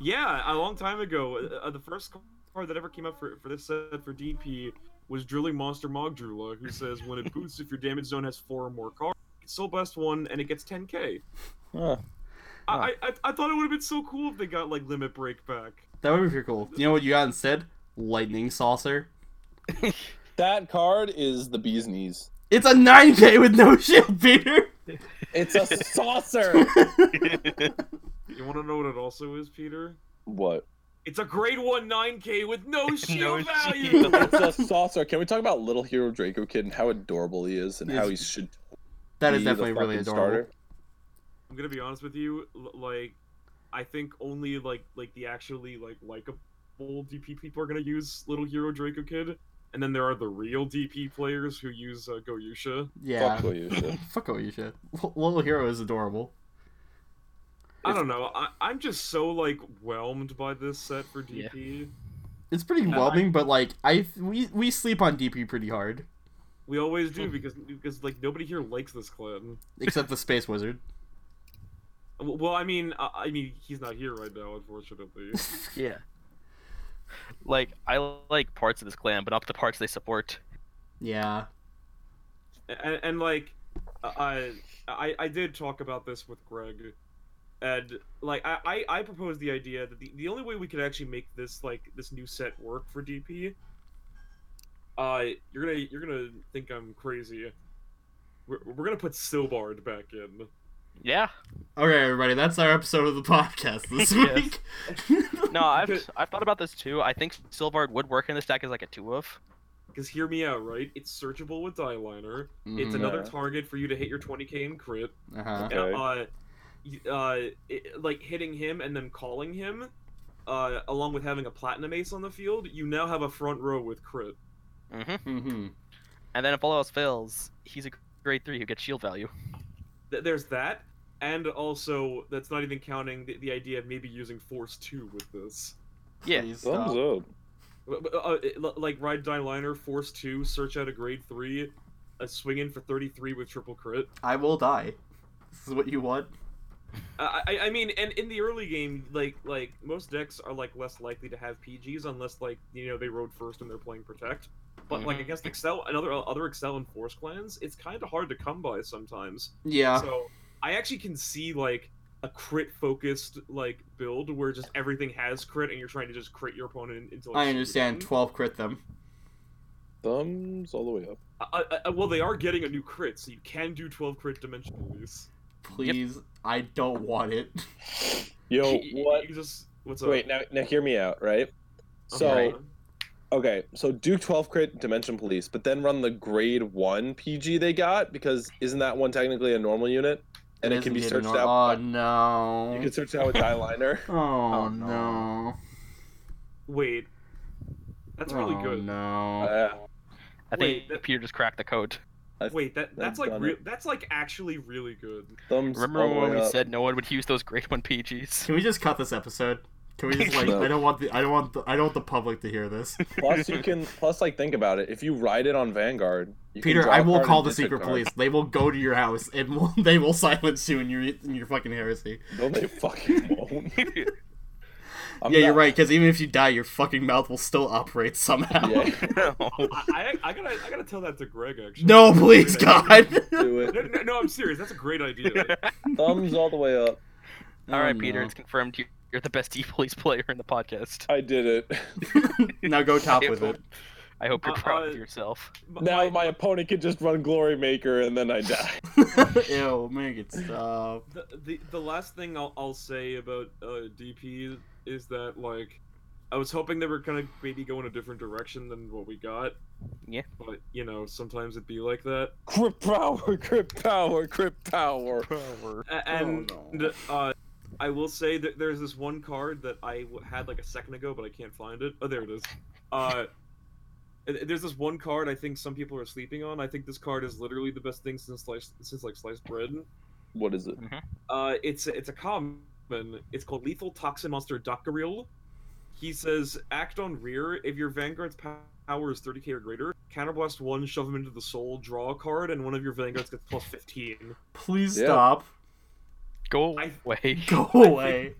Yeah, a long time ago, uh, uh, the first card that ever came out for, for this set for DP was Drilling Monster Mogdrula, who says when it boots, if your damage zone has four or more cards, it's Soul Blast one, and it gets 10k.
Huh.
I I, I, I thought it would have been so cool if they got like limit break back.
That would be pretty cool. You know what you got instead? Lightning saucer.
That card is the bee's knees.
It's a 9k with no shield, Peter.
It's a saucer.
You want to know what it also is, Peter?
what?
It's a grade one 9k with no shield value.
shield.
It's a saucer. Can we talk about Little Hero Draco Kid and how adorable he is and how he
Yes.
should
That
be
is definitely
the
really
fucking
adorable.
starter?
I'm gonna be honest with you, l- like, I think only like like the actually like likeable DP people are gonna use Little Hero Draco Kid, and then there are the real DP players who use uh, Goyusha.
Yeah.
Fuck Koyusha.
Fuck all you shit. L- Little Hero is adorable.
I don't know. I, I'm just so like whelmed by this set for DP.
It's pretty
Yeah.
whelming, but like I we we sleep on DP pretty hard,
We always do because because like nobody here likes this clan.
except the Space Wizard.
W- Well, I mean, I, I mean, he's not here right now, unfortunately.
Yeah. Like, I like parts of this clan, but not the parts they support.
Yeah.
and, and like I, I i did talk about this with greg and like i i, I proposed the idea that the, the only way we could actually make this like this new set work for dp uh you're gonna you're gonna think i'm crazy We're, we're gonna put Silbard back in.
Yeah.
Okay, everybody, that's our episode of the podcast this week.
No, I've I've thought about this too. I think Silvard would work in this deck as like a two of.
Because hear me out, right? It's searchable with Dyliner. It's
Mhm,
another
Yeah.
target for you to hit your 20k and crit.
uh-huh.
Yeah,
Okay.
uh, y- uh, it, like hitting him and then calling him, uh, along with having a platinum ace on the field, you now have a front row with crit.
Mm-hmm.
hmm
And then if all else fails, he's a grade three who gets shield value.
Th- there's that, and also that's not even counting the, the idea of maybe using force two with this.
Yeah.
Please stop.
Thumbs up.
But- but, Uh, it- li- like ride die liner, force two, search out a grade three, a swing in for 33 with triple crit.
I will die. This is what you want.
I, I- I mean, and in the early game, like like most decks are like less likely to have PGs unless like you know they rode first and they're playing protect. But like
Mm-hmm.
Mhm.
against Excel and other other Excel and Force clans, it's kind of hard to come by sometimes.
Yeah.
So I actually can see like a crit focused like build where just everything has crit and you're trying to just crit your opponent until
I understand. 12 crit them.
Thumbs all the way up.
I, I, Uh, well, they are getting a new crit, so you can do 12 crit dimensional release.
Please. I don't want it.
Yo,
You- you-
what?
You just what's up? Uh-huh.
Wait, now, now hear me out, right? So,
Okay.
okay, so do 12 crit Dimension Police, but then run the grade 1 PG they got, because isn't that one technically a normal unit? And it, can be
isn't getting
searched
nor-
out.
Oh, no.
You can search it out with die liner.
Oh,
Oh, no.
no.
wait, that's really
oh,
good.
no.
Yeah.
I
Wait,
think
that-
Peter just cracked the code.
I've-
Wait, that that's
I've
like
done
re-
it.
that's like actually really good.
thumbs
Remember
all the
when
way
we
up.
said no one would use those grade one PGs?
Can we just cut this episode? Can we just like
No.
I don't want the I don't want the I don't want the public to hear this.
Plus, you can, plus, like, think about it. If you ride it on Vanguard, you can
Peter,
draw
I
a
will
card
call
and
the
ditch a
secret
card.
police. They will go to your house and will, they will silence you in your in your fucking heresy.
No, they fucking won't. I'm
yeah, you're
not-
right. Because even if you die, your fucking mouth will still operate somehow.
Yeah,
no.
I, I, I gotta I gotta tell that to Greg actually.
No,
That's a
please,
great idea.
God.
do it.
No, no, no, I'm serious. That's a great idea.
Thumbs all the way up.
All
Oh,
right, Peter, it's confirmed you- you're the best D police player in the podcast.
I did it.
now go top with it.
I hope you're
Uh,
proud
uh,
of yourself.
M-
Now
my-
my opponent could just run Glory Maker and then I die.
Ew, make it stop.
the, the the last thing I'll, I'll say about uh, DP is that like I was hoping they were gonna maybe go in a different direction than what we got.
Yeah.
But you know sometimes it'd be like that.
Crit power, crit power, crit power.
A- and
no.
and, uh, I will say that there's this one card that I w- had like a second ago, but I can't find it. Oh, there it is. Uh, th- there's this one card I think some people are sleeping on. I think this card is literally the best thing since sliced since like sliced bread.
What is it?
Uh, it's it's a common. It's called Lethal Toxin Monster Dockeril. He says, act on rear. If your Vanguard's pow- power is 30k or greater, counterblast one, shove him into the soul, draw a card, and one of your Vanguards gets plus 15.
Please
Yeah.
stop.
Go
I-
away.
Go away.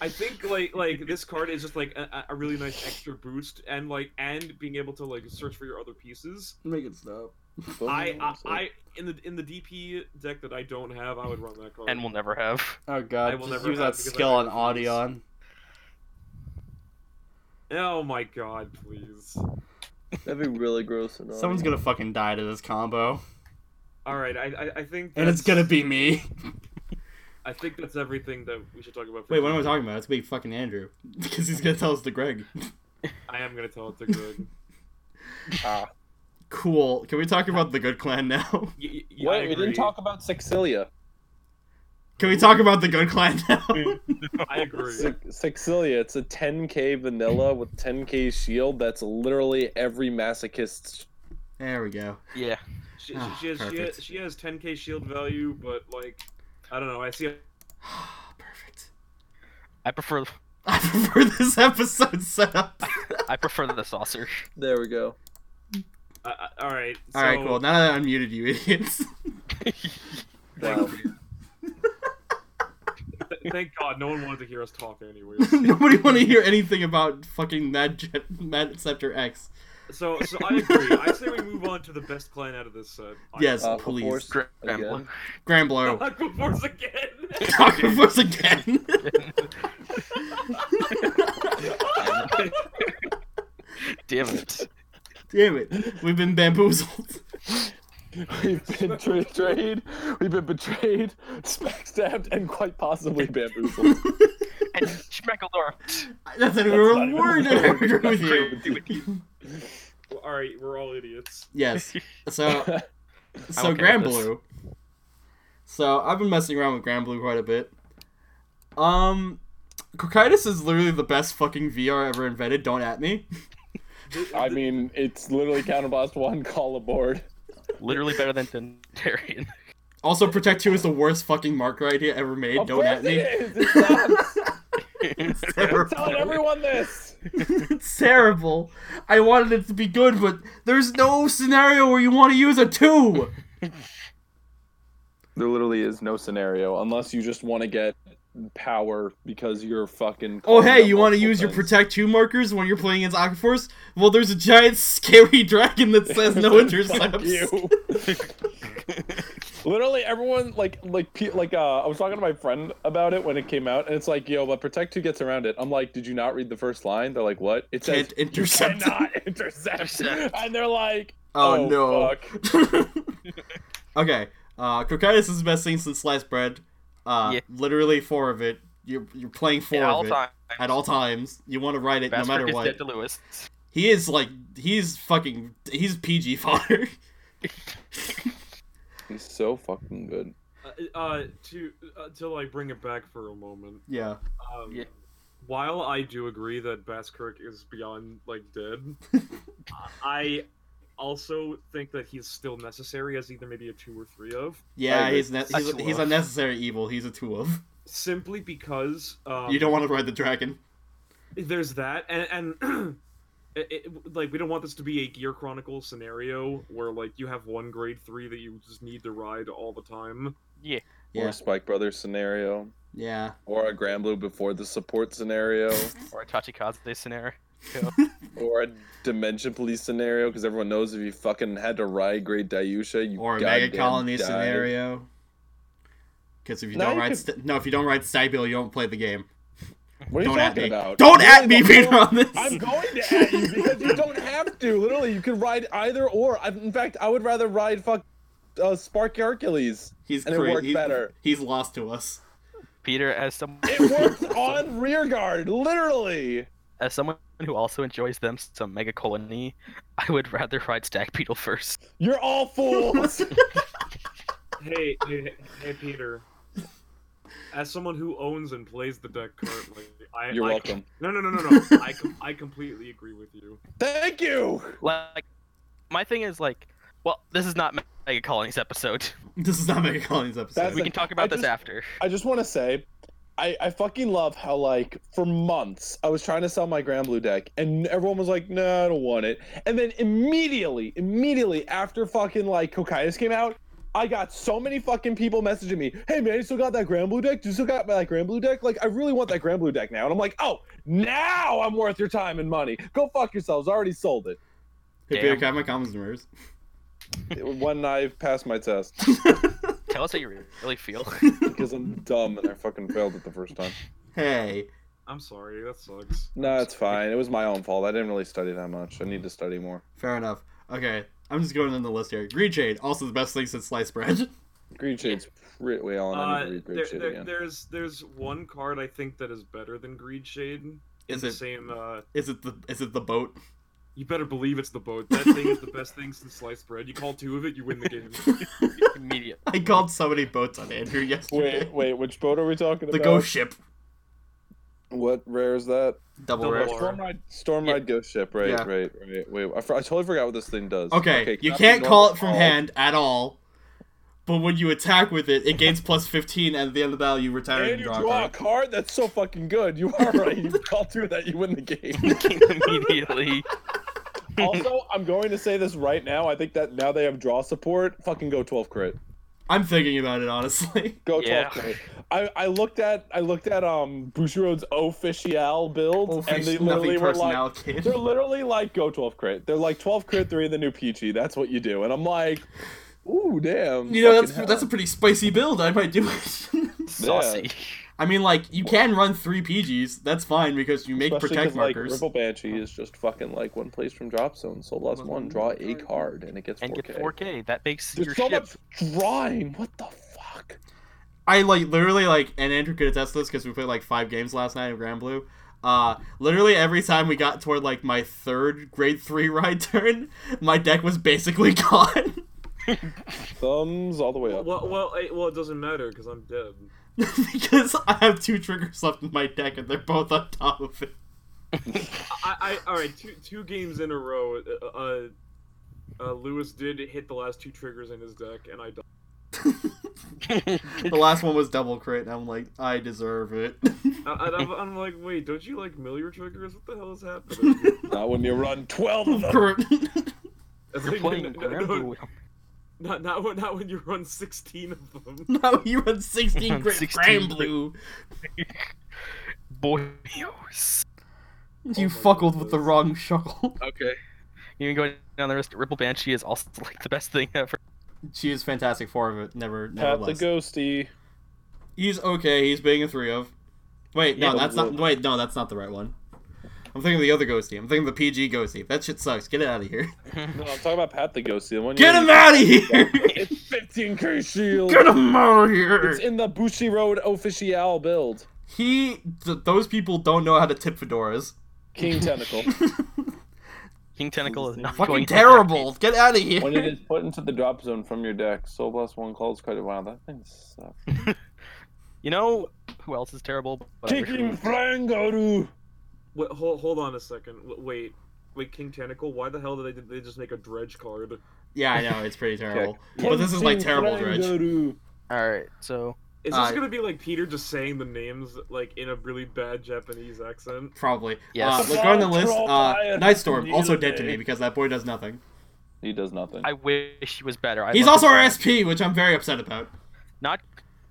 I think like like this card is just like a, a really nice extra boost, and like and being able to like search for your other pieces.
Make it stop. Oh,
I I, I in the in the DP deck that I don't have, I would run that card.
And we'll never have.
Oh
I
god,
will
just
never
use
have
that
because I
skill on
refuse.
Audion.
oh my god, please!
That'd be really gross. And
Someone's gonna fucking die to this combo.
All right, I I, I think
And
that's-
it's gonna be me.
I think that's everything that we should talk about. For
Wait, what am I talking about? It's gonna be fucking Andrew. Because he's gonna tell us to Greg.
I am gonna tell it to Greg.
Ah.
Cool. Can we talk about the good clan now?
Y- y- y- I
Wait, we
agree.
didn't talk about Sexilia.
Can we talk about the good clan now?
I agree.
Sexilia, it's a 10k vanilla with 10k shield. That's literally every masochist's.
there we go.
Yeah.
She,
Ah,
she, has, she has
perfect.
she has 10k shield value, but like I don't know. I see a
Perfect.
I prefer
I prefer this episode setup.
I prefer the saucer.
There we go.
I- I- all right.
All right,
so-
cool. Now that I unmuted you, idiots.
Wow.
Th- Thank God, no one wanted to hear us talk anyway.
Nobody want to hear anything about fucking Mad, Jet, Mad Scepter X.
So, so I agree. I say we move on to the best clan out of this set. I-
Yes,
Uh,
please.
Force
Grand
again.
Blue.
Grand Blow.
Aqua Force again.
Aquaforce again.
Damn it.
Damn it. We've been bamboozled.
We've been betrayed. We've been betrayed, backstabbed, and quite possibly bamboozled.
And Schmeckalore.
That's a
not
real
even
word.
a
I
word.
agree with you.
Well, all right, we're all idiots.
Yes. So so
okay with this.
Granblue. So I've been messing around with Granblue quite a bit. Um, Cocytus is literally the best fucking VR ever invented. Don't at me.
I mean, it's literally counterblast one. Call aboard.
Literally better than Dendarian.
Also, Protect Two is the worst fucking marker idea ever made.
Of
Don't
course
at me.
it is. It sucks. Tell
Terrible.
everyone this.
it's terrible. I wanted it to be good, but there's no scenario where you want to use a two.
There literally is no scenario unless you just want to get power because you're fucking.
Oh
calling
hey,
up
you want to
multiple
use your
things.
protect two markers when you're playing against Aquaforce? Well, there's a giant scary dragon that says no
Fuck
intercepts.
you. Literally, everyone like like pe- like uh, I was talking to my friend about it when it came out, and it's like, yo, but protect who gets around it. I'm like, did you not read the first line? They're like, what? It says
Can't intercept.
you cannot intercept,
Intercept.
and they're like,
Oh,
oh,
no.
fuck.
okay, uh, Cocytus is best thing since sliced bread. Uh,
Yeah.
literally four of it. You're you're playing four
At
of
all
it
times.
at all times. You want to ride it no
Bastark
matter
is
what.
dead to Lewis.
He is like he's fucking he's PG fodder.
He's so fucking good.
Uh, uh, to uh, to like bring it back for a moment.
yeah.
Um,
Yeah.
While I do agree that Baskirk is beyond like dead, I also think that he's still necessary as either maybe a two or three of,
Yeah,
agree.
he's ne-
A
he's,
two
he's
of.
unnecessary evil. He's a two of.
simply because um,
You don't want to ride the dragon.
there's that and and it, it- like we don't want this to be a gear chronicle scenario where like you have one grade three that you just need to ride all the time
Or
Yeah.
a Spike Brothers scenario,
Yeah.
or a Granblue before the support scenario,
Or a Tachikaze scenario.
or a Dimension Police scenario, because everyone knows if you fucking had to ride Great Dayusha, you
Or a
goddamn
mega colony
died.
scenario. Because if you
No,
don't
you
ride
could-
st- no, if you don't ride Stabile, you don't play the game.
What are you
Don't at
talking
me.
about?
Don't
Literally,
at me,
the
Peter,
whole-
on this.
I'm going to at you because you don't have to. Literally, you can ride either or. I, in fact, I would rather ride fuck uh, Sparky Hercules.
He's
And it
cra-
worked
he's,
better.
He's lost to us.
Peter, as someone
It works on rearguard, literally.
as someone who also enjoys them some mega colony, I would rather ride Stag Beetle first.
You're all fools.
hey hey, hey peter as someone who owns and plays the deck currently i
You're
I-
welcome.
no no no no no I, com- I completely agree with you
Thank you.
Like my thing is like well, this is not Mega Colonies episode.
This is not Mega Colony's episode.
That's
We
like-
can talk about
I
this
just-
after.
I just want to say, I, I fucking love how like for months I was trying to sell my Grand Blue deck, and everyone was like, "No, nah, I don't want it." And then immediately, immediately after fucking like Cocytus came out, I got so many fucking people messaging me, "Hey man, you still got that Grand Blue deck? Do you still got that Grand Blue deck? Like, I really want that Grand Blue deck now." And I'm like, "Oh, now I'm worth your time and money. Go fuck yourselves. I already sold it
Hey, Peter,
Damn.
can I have my comments and rumors?
when I passed my test
Tell us how you really feel.
because I'm dumb and I fucking failed it the first time."
Hey.
i'm sorry that sucks
No, it's fine. It was my own fault. I didn't really study that much. I need to study more.
Fair enough. Okay, I'm just going down the list here. Green Shade, also the best thing since sliced bread.
Greed Shade's pretty well, and I need
uh,
to read Greed
there,
Shade
there-
again.
there's there's one card i think that is better than greed shade in
Is
the
it-
same uh
Is it the is it the boat?
You better believe it's the boat. That thing is the best thing since sliced bread. You call two of it, you win the game.
Immediate.
I called so many boats on Andrew yesterday.
Wait, wait, which boat are we talking
the
about?
ghost ship.
What rare is that?
Double,
Double
rare.
rare.
Storm Ride, Storm
Yeah.
Ride Ghost Ship, right,
Yeah.
right, right. Wait, I, for- I totally forgot what this thing does.
Okay, you
cannot
can't
be
call
normal
it from
at all.
hand at all. But when you attack with it, it gains plus 15, and at the end of the battle, you retire
And
and,
you
draw. a
draw a
card.
card? That's so fucking good. You are right. You call two of that, you win the game.
Immediately.
also, I'm going to say this right now. I think that now they have draw support. Fucking go 12 crit.
I'm thinking about it, honestly.
Go
Yeah.
12 crit. I, I looked at I looked at um Bushiroad's official build, and they literally
nothing
were like,
personnel, kid.
They're literally like go 12 crit. They're like 12 crit, 3 in the new Peachy. That's what you do. And I'm like, ooh, damn.
You know,
fucking
that's
hell.
that's a pretty spicy build. I might do it.
Saucy.
I mean, like you can run three PGs. That's fine because you make
Especially 'cause,
protect
like,
markers.
Ripple Banshee is just fucking like one place from drop zone, so last
Wasn't
one,
it?
draw a card, and it gets
and
4K.
get 4K. That makes your
There's so
ship.
much drawing. What the fuck?
I like literally like, and Andrew could attest to this because we played like five games last night in Grand Blue. Uh, literally every time we got toward like my third grade three ride turn, my deck was basically gone.
Thumbs all the way up.
Well, well, I, well, it doesn't matter because I'm dead.
because I have two triggers left in my deck and they're both on top of it.
I, I all right. Two two games in a row. Uh, uh, Lewis did hit the last two triggers in his deck, and I died.
The last one was double crit, and I'm like, I deserve it.
I, I, I'm- I'm like, wait, don't you like mill your triggers? What the hell is happening?
Not when you run 12 of them.
Crit.
It's
You're
like,
playing
no, no,
Grand
no,
Blue
not not when not when you run sixteen of them.
now you run 16 crit
16
Grand
crit.
Blue.
Boyos.
You
Oh
my
fuckled with the
goodness.
wrong shuckle.
Okay. You can go down the rest. Ripple Banshee is also like the best thing ever.
She is fantastic for it, never, never
Pat the
less.
ghosty.
He's okay. He's being a three of. Wait, no,
Yeah,
that's
but
not. Wait, no, that's not the right one. I'm thinking of the other ghosty. I'm thinking of the PG ghosty. That shit sucks. Get it out of here.
No, I'm talking about Pat the ghosty. The one
Get
you-
him out of here.
It's 15k shield.
Get him out of here.
It's in the Bushi Road official build.
He. Th- those people don't know how to tip fedoras.
King Tentacle.
King Tentacle is not going in
Fucking
there.
terrible. Get out of here.
when it is put into the drop zone from your deck, Soul Blast 1 calls credit. Wow, that thing sucks.
You know who else is terrible? But I wish we-
Kicking Frangoru!
Wait, hold, hold on a second. W- Wait, wait, King Tentacle. Why the hell did they did they just make a dredge card?
Yeah, I know it's pretty terrible.
Okay.
But this is like
Kicking
terrible dredge.
Frangoru.
All right, so
Is this
Uh,
gonna be like Peter just saying the names like in a really bad Japanese accent?
Probably.
Yes.
Uh, look, going on the
Troll
list. Uh,
fire.
Nightstorm also
Neither
dead to
day.
me because that boy does nothing.
He does nothing.
I wish he was better. I
He's
love
also
him.
our SP, which I'm very upset about.
Not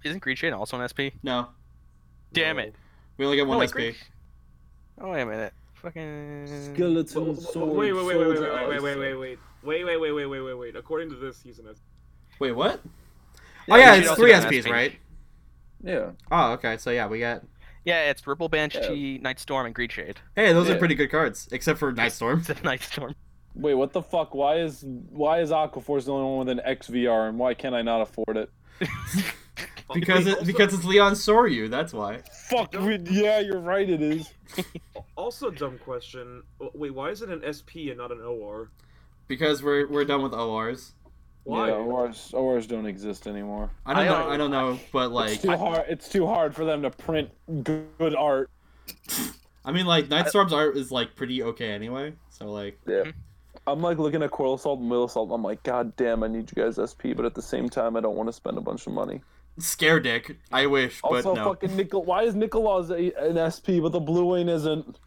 isn't Greed Chain also an SP?
No,
Damn
No.
it!
we only get
No,
Oh,
one
wait,
SP.
Greed- Oh wait a minute. Fucking.
W-
Skeleton
w- Wait, wait, wait, wait, wait, wait, wait, wait, wait, wait, wait, wait, wait, wait, wait, wait. According to this, he's an S.
Wait, what? Oh yeah,
we
it's
also
three
got an
SPs,
SP.
right?
Yeah.
Oh, okay. So yeah, we got.
Yeah, it's Ripple Banshee, Night Storm, and Greed Shade.
Hey, those are
Yeah.
pretty good cards, except for Nightstorm.
It's a Night Storm.
Wait, what the fuck? Why is why is Aquaforce the only one with an XVR, and why can I not afford it?
Because
Wait,
it, because it's Leon Soryu, that's why.
Fuck. we- Yeah, you're right. It is.
also, also dumb question. W- Wait, why is it an SP and not an OR?
Because we're we're done with ORs.
Why?
Yeah, ORs, ORs don't exist anymore.
I don't
I
know.
don't-
I don't know, but
it's
like,
too hard. It's too hard for them to print good art.
I mean, like Nightstorm's art is like pretty okay anyway. So like,
I'm like looking at Coral Salt and Will Salt. I'm like, God damn, I need you guys SP, but at the same time, I don't want to spend a bunch of money.
scare dick. I wish, but
Also,
no.
fucking Nicol. Why is Nicolaus a, an SP, but the Blue Wing isn't?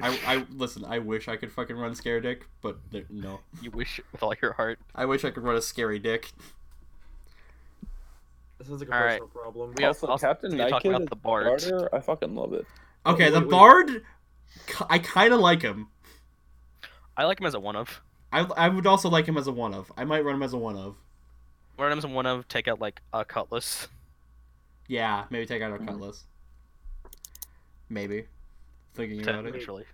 I, I listen. I wish I could fucking run scare dick, but there- no.
You wish it with all your heart.
I wish I could run a scary dick.
That sounds like a
All right.
personal problem.
We
also, Captain
you're
Night
talking
Kid
about
is
the Bard.
starter. I fucking love it.
Okay,
wait,
the
wait.
bard. ki- I kind of like him.
I like him as a one of.
I I would also like him as a one of. I might run him as a one of.
Run him as a one of. Take out like a cutlass.
Yeah, maybe take out our
Mhm.
cutlass. Maybe. Thinking about it.
Literally.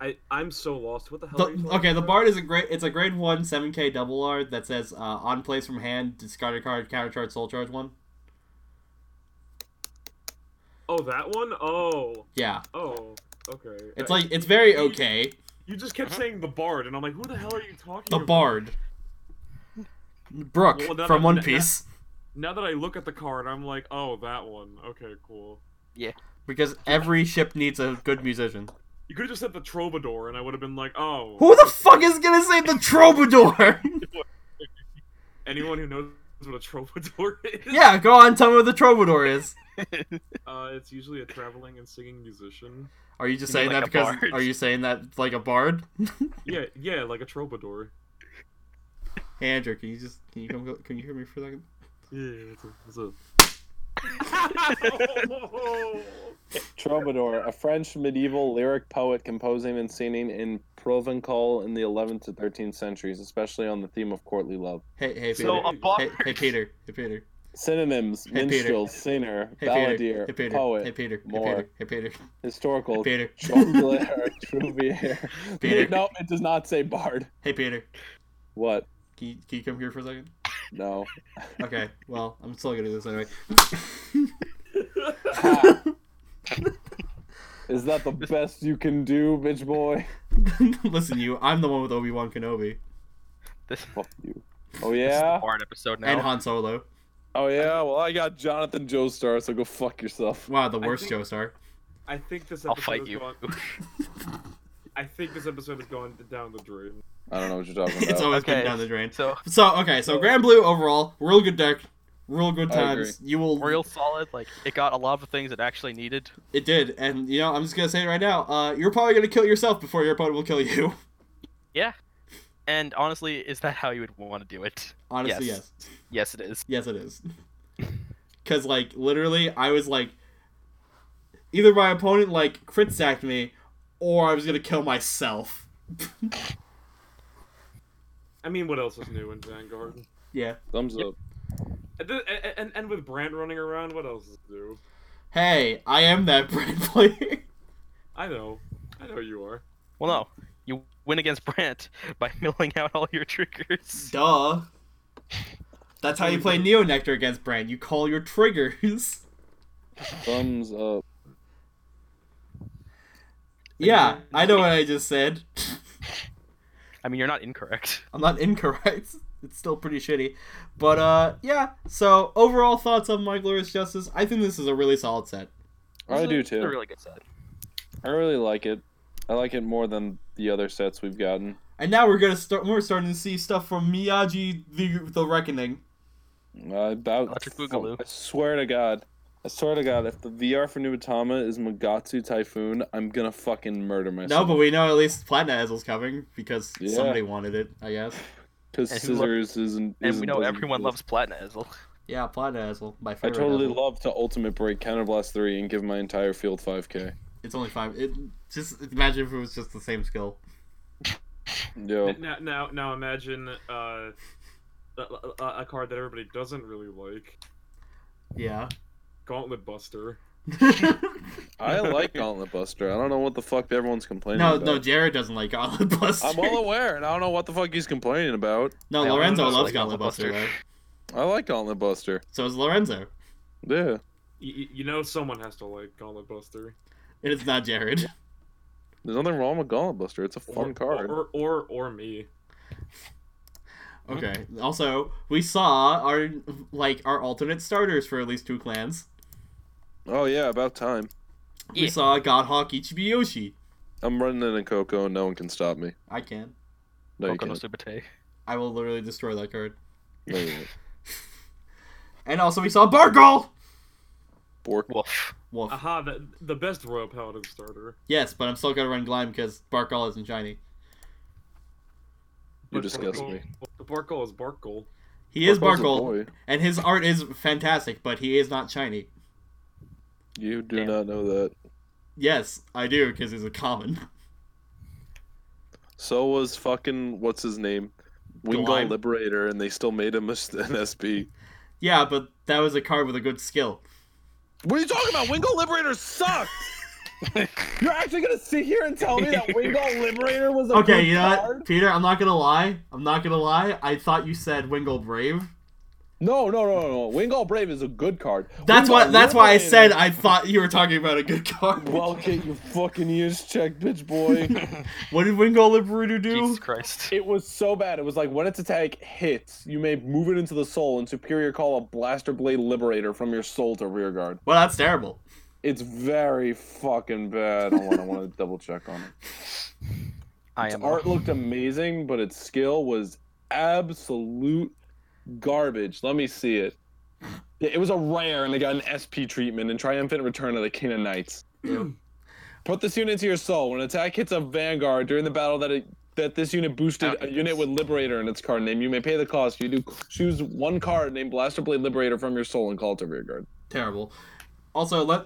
I I'm so lost. What the hell? are you
The,
talking
okay, the
about?
bard is a great. It's a grade one, seven K double R that says uh, on place from hand, discard a card, counter charge, soul charge one.
Oh, that one. Oh,
Yeah,
oh. Okay.
it's
Uh,
like it's very okay.
you just kept saying the bard, and I'm like, who the hell are you talking?
The
about?
bard, Brooke
Well, that-
from One
that-
Piece,
Now that I look at the card, I'm like, oh, that one. Okay, cool.
because every ship needs a good musician.
You could have just said the troubadour, and I would have been like, oh.
Who the fuck is gonna say the troubadour?
Anyone who knows what a troubadour is.
yeah, go on, tell me what the troubadour is.
Uh, it's usually a traveling and singing musician.
Are you just
You mean
saying
like
that
a
because?
bard?
Are you saying that like a bard?
Yeah, yeah, like a troubadour.
Hey Andrew, can you just can you come can you hear me for a second?
Yeah, that's a. That's a...
Troubadour, a French medieval lyric poet composing and singing in Provençal in the 11th to 13th centuries, especially on the theme of courtly love.
Hey hey Peter.
So a
Hey,
bard.
hey, hey Peter. Hey Peter.
Synonyms:
Hey, Peter.
minstrel, singer,
Hey Peter.
balladeer,
Hey Peter.
poet,
Hey Peter.
more.
Hey Peter. Hey
historical,
Peter. Hey Peter.
jongleur, troubadour.
Peter.
No, it does not say bard.
Hey Peter.
What?
Can you, can you come here for a second?
No.
Okay. Well, I'm still gonna do this anyway.
Ah. Is that the best you can do, bitch boy?
Listen, you. I'm the one with Obi Wan Kenobi
This,
Fuck you.
this is
Oh
the
yeah.
Bard episode now.
and Han Solo.
Oh yeah. Well, I got Jonathan Joestar, so go fuck yourself.
Wow, the worst
think-
Joestar.
I think this
I'll
episode
fight
has
you.
gone. I think this episode has gone down the drain.
I don't know what you're talking
It's
about.
always
Okay.
been down the drain.
so
So okay, so Grand Blue overall, real good deck, real good
I agree.
times. You will.
real solid. Like it got a lot of the things it actually needed.
It did, and you know I'm just gonna say it right now. Uh, you're probably gonna kill yourself before your opponent will kill you.
And honestly, is that how you would want to do it?
Honestly,
Yes.
yes.
Yes, it is.
Yes, it is. Because, like, literally, I was like, either my opponent, like, crit sacked me, or I was going to kill myself.
I mean, what else is new in Vanguard?
Yeah.
Thumbs up.
And, th- and, and, and with Brant running around, what else is new?
Hey, I am that brand player.
I know. I know you are.
Well, no. You win against Brant by milling out all your triggers.
Duh. That's how you play Neo Nectar against Brand. You call your triggers.
Thumbs up.
Yeah, I know what I just said.
I mean, you're not incorrect.
I'm not incorrect. It's still pretty shitty. But, uh, yeah. So, overall thoughts on My Glorious Justice. I think this is a really solid set.
I do
It's a
too.
really good set.
I really like it. I like it more than the other sets we've gotten.
And now we're gonna start. We're starting to see stuff from Miyagi the the Reckoning.
Uh, about
Electric Boogaloo.
I swear to God. I swear to God, if the VR for New Atama is Magatsu Typhoon, I'm gonna fucking murder
No,
myself.
but we know at least Platinum Ezel's coming because
Yeah.
somebody wanted it, I guess.
because
And who lo-
Scissors isn't,
And
isn't-
we know
doesn't
everyone
exist.
loves Platinum Ezel.
Yeah, Platinum Ezel, my
I
favorite.
totally
Ezel.
love to Ultimate Break Counterblast 3 and give my entire field 5k.
It's only five. It just imagine if it was just the same skill.
Yo.
Now, now, now imagine uh, a, a- a card that everybody doesn't really like
Yeah.
Gauntlet Buster.
I like Gauntlet Buster. I don't know what the fuck everyone's complaining
no,
about.
no, Jared doesn't like Gauntlet Buster.
I'm all aware, and I don't know what the fuck he's complaining about.
no,
I
Lorenzo
also
loves
like
Gauntlet
Gauntlet
Buster.
Buster.
Though.
I like Gauntlet Buster.
So is Lorenzo.
Yeah.
Y- y- you know, someone has to like Gauntlet Buster.
It is not Jared.
There's nothing wrong with Gauntlet Buster. It's a fun
or,
card.
Or, or, or me.
Okay. Also, we saw our like our alternate starters for at least two clans.
Oh, yeah, about time.
We
Yeah.
saw Godhawk Ichibiyoshi.
I'm running in a Coco, and no one can stop me.
I can.
No, you
Boku no
can't.
Tsubate.
I will literally destroy that card.
No, you can't.
And also, we saw Bargol.
Bork.
Woof.
Oh.
Wolf.
Aha, the, the best Royal Paladin starter.
Yes, but I'm still gonna run Glime because Bargol isn't shiny.
You
But
disgust
Barkol-
me.
The Barkol is Barkol.
He is
Barkol's a
Bargol,
boy.
and his art is fantastic, but he is not shiny.
You do
Damn.
not know that.
Yes, I do because he's a common.
So was fucking what's his name, Wingull
Glime.
Liberator, and they still made him a s an SB.
Yeah, but that was a card with a good skill.
What are you talking about? Wingull Liberator sucked. You're actually gonna sit here and tell me that Wingull Liberator was a
Okay,
good
you know
card?
what, Peter? I'm not gonna lie. I'm not gonna lie. I thought you said Wingle Brave.
No, no, no, no, no. Wingull Brave is a good card.
That's
Wingull
why. That's why I
Liberator-
said I thought you were talking about a good card.
Well, get your fucking ears checked, bitch boy.
what did Wingle Liberator do?
Jesus Christ.
It was so bad. It was like when its attack hits, you may move it into the soul and superior call a blaster blade liberator from your soul to rearguard.
Well, that's terrible.
It's very fucking bad. Hold on, I want to double check on it.
I
Its
am.
art looked amazing, but its skill was absolute garbage. Let me see it. Yeah, It was a rare, and it got an SP treatment and triumphant return of the King of Knights. Put this unit into your soul. When an attack hits a vanguard during the battle that it, that this unit boosted a unit with Liberator in its card name, you may pay the cost. You do choose one card named Blaster Blade Liberator from your soul and call it to rearguard.
terrible. Also, let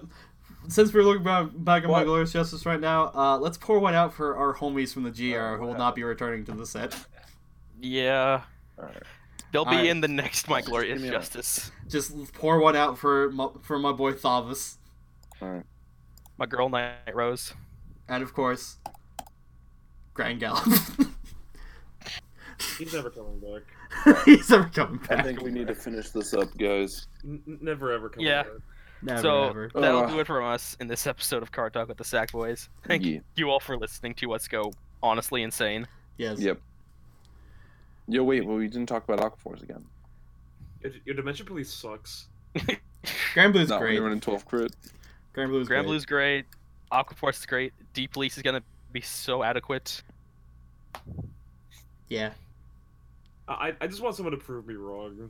since we're looking back, back at my
What?
glorious justice right now, uh, let's pour one out for our homies from the GR who will not be returning to the set.
Yeah.
Alright.
They'll be
Alright.
in the next My Glorious
give me a-
Justice.
Just pour one out for my, for my boy Thavis,
My girl Night Rose.
and of course, Grand Gallop.
He's never coming back.
He's never coming
I
back.
think we need to finish this up, guys.
N- n- never ever coming
Yeah.
back.
Never,
so
never.
that'll
Ugh.
do it from us in this episode of Car Talk with the Sack Boys. Thank
Yeah.
you all for listening to us go honestly insane.
Yes.
Yep. Yo, wait, well, we didn't talk about Aquaforce again.
Your, your Dimension Police sucks.
Grand Blue's
no,
great.
we running 12 crit.
Grand Blue's
Grand
great.
Blue's great. Aquaforce is great. Deep Lease is gonna be so adequate.
Yeah.
I I just want someone to prove me wrong.